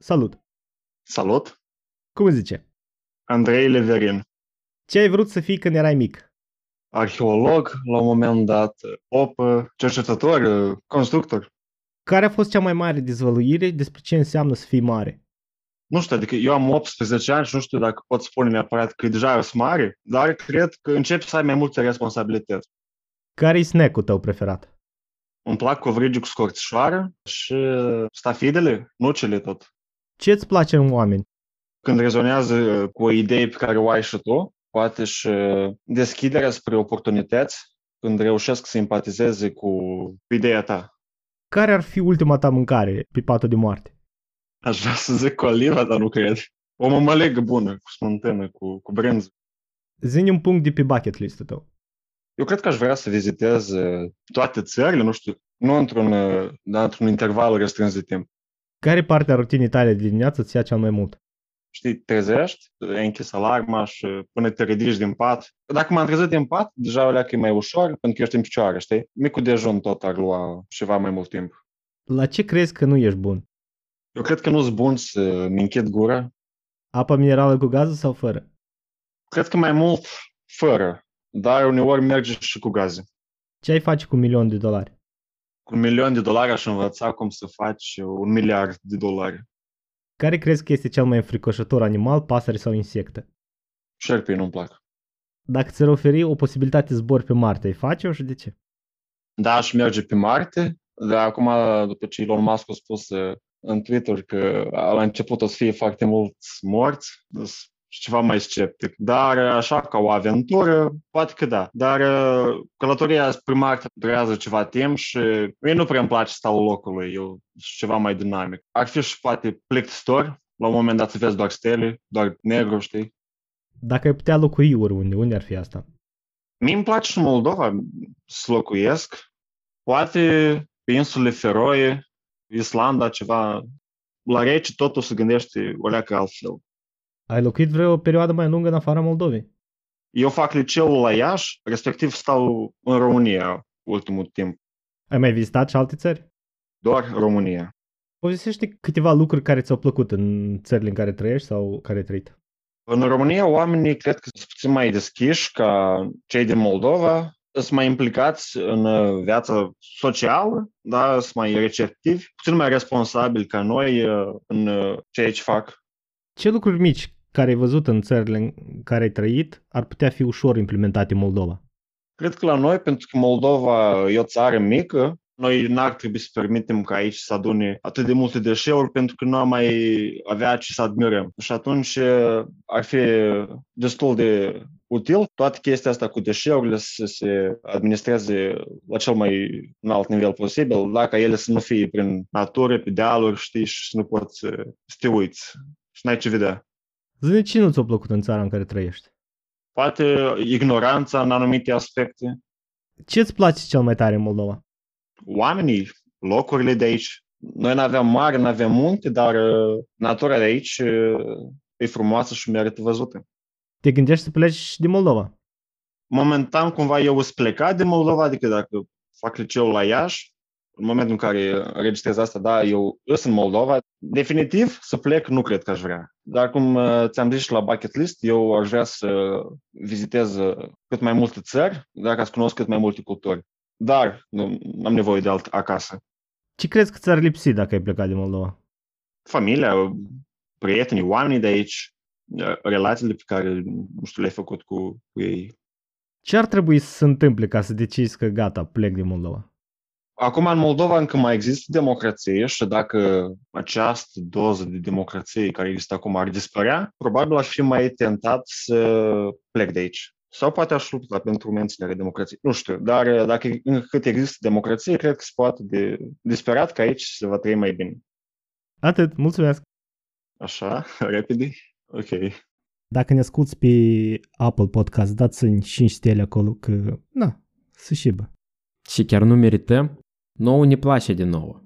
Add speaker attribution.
Speaker 1: Salut!
Speaker 2: Salut!
Speaker 1: Cum îți zice?
Speaker 2: Andrei Leverin,
Speaker 1: Ce ai vrut să fii când erai mic?
Speaker 2: arheolog la un moment dat, pop, cercetător, constructor.
Speaker 1: Care a fost cea mai mare dezvăluire despre ce înseamnă să fii mare?
Speaker 2: Nu știu, adică eu am 18 ani și nu știu dacă pot spune neapărat că deja sunt mare, dar cred că încep să ai mai multe responsabilități.
Speaker 1: Care e snack-ul tău preferat?
Speaker 2: Îmi plac covrigi cu scorțișoară și stafidele, nucele tot.
Speaker 1: Ce îți place în oameni?
Speaker 2: Când rezonează uh, cu o idee pe care o ai și tu, poate și deschiderea spre oportunități, când reușesc să empatizeze cu ideea ta.
Speaker 1: Care ar fi ultima ta mâncare pe patul de moarte?
Speaker 2: Aș vrea să zic cu oliva, dar nu cred. O mămălegă bună, cu smântână, cu, cu brânză.
Speaker 1: Zine un punct de pe bucket list-ul tău.
Speaker 2: Eu cred că aș vrea să vizitez eh, toate țările, nu știu, nu într-un, eh, dar într-un interval restrâns de timp.
Speaker 1: Care parte a rutinii tale de dimineață îți ia cel mai mult?
Speaker 2: Știi, trezești, ai închis alarma și eh, până te ridici din pat. Dacă m-am trezit din pat, deja alea că e mai ușor, pentru că ești în picioare, știi? Micul dejun tot ar lua ceva mai mult timp.
Speaker 1: La ce crezi că nu ești bun?
Speaker 2: Eu cred că nu-s bun să-mi închid gura.
Speaker 1: Apa minerală cu gază sau fără?
Speaker 2: Cred că mai mult fără, dar uneori merge și cu gaze.
Speaker 1: Ce ai face cu un milion de dolari?
Speaker 2: Cu un milion de dolari aș învăța cum să faci un miliard de dolari.
Speaker 1: Care crezi că este cel mai înfricoșător animal, pasăre sau insectă?
Speaker 2: Șerpii nu-mi plac.
Speaker 1: Dacă ți-ar oferi o posibilitate de zbor pe Marte, ai face-o și de ce?
Speaker 2: Da, aș merge pe Marte, dar acum, după ce Elon Musk a spus eh, în Twitter că la început o să fie foarte mulți morți, sunt ceva mai sceptic. Dar eh, așa, ca o aventură, poate că da. Dar eh, călătoria spre Marte durează ceva timp și mie nu prea îmi place staul locului, eu sunt ceva mai dinamic. Ar fi și poate plictisitor, la un moment dat să vezi doar stele, doar negru, știi?
Speaker 1: Dacă ai putea locui oriunde, unde ar fi asta?
Speaker 2: Mie îmi place și Moldova să locuiesc. Poate pe insule Feroe, Islanda, ceva. La rece totul se gândește o leacă altfel.
Speaker 1: Ai locuit vreo perioadă mai lungă în afara Moldovei?
Speaker 2: Eu fac liceul la Iași, respectiv stau în România ultimul timp,
Speaker 1: Ai mai vizitat și alte țări?
Speaker 2: doar România.
Speaker 1: Povestește câteva lucruri care ți-au plăcut în țările în care trăiești sau care ai trăit.
Speaker 2: În România oamenii cred că sunt puțin mai deschiși ca cei din Moldova, sunt mai implicați în uh, viața socială, dar sunt mai receptivi, puțin mai responsabili ca noi uh, în uh, ceea ce fac.
Speaker 1: Ce lucruri mici care ai văzut în țările în care ai trăit ar putea fi ușor implementate în Moldova?
Speaker 2: Cred că la noi, pentru că Moldova e o țară mică, noi n-ar trebui să permitem ca aici să adune atât de multe deșeuri pentru că nu am mai avea ce să admirăm. Și atunci eh, ar fi destul de util toată chestia asta cu deșeurile să se administreze la cel mai înalt nivel posibil, dacă ele să nu fie prin natură, pe dealuri, știi, și să nu poți eh, să te uiți și n-ai ce vedea.
Speaker 1: Zine ce nu ți-a plăcut în țara în care trăiești?
Speaker 2: Poate ignoranța în anumite aspecte,
Speaker 1: Ce îți place cel mai tare în Moldova?
Speaker 2: oamenii, locurile de aici. Noi nu avem mare, nu avem munte, dar uh, natura de aici uh, e frumoasă și merită văzută.
Speaker 1: Te gândești să pleci din Moldova?
Speaker 2: Momentan, cumva, eu sunt plecat din Moldova, adică dacă fac liceul la Iași, în momentul în care registrez asta, da, eu sunt în Moldova. Definitiv, să plec nu cred că aș vrea. Dar cum uh, ți-am zis și la bucket list, eu aș vrea să vizitez uh, cât mai multe țări, dacă aș cunosc cât mai multe culturi. Dar nu am nevoie de alt acasă.
Speaker 1: Ce crezi că ți-ar lipsi dacă ai plecat din Moldova?
Speaker 2: familia, prietenii, oamenii de aici, ă, relațiile pe care, nu știu, le-ai făcut cu, cu ei.
Speaker 1: Ce ar trebui să se întâmple ca să decizi că gata, plec din Moldova?
Speaker 2: Acum, în Moldova încă mai există democrație și dacă această doză de democrație care există acum ar dispărea, probabil aș fi mai tentat să plec de aici. Sau poate aș lupta pentru menținerea democrației. Nu știu, dar ă, dacă încă cât există democrație, cred că se poate de disperat că aici se va trăi mai bine.
Speaker 1: Atât, mulțumesc!
Speaker 2: Așa, repede. Ok.
Speaker 1: Dacă ne asculti pe Apple Podcast, dați în 5 stele acolo că, na, să șibă.
Speaker 3: și chiar nu merităm, nouă ne place de nouă.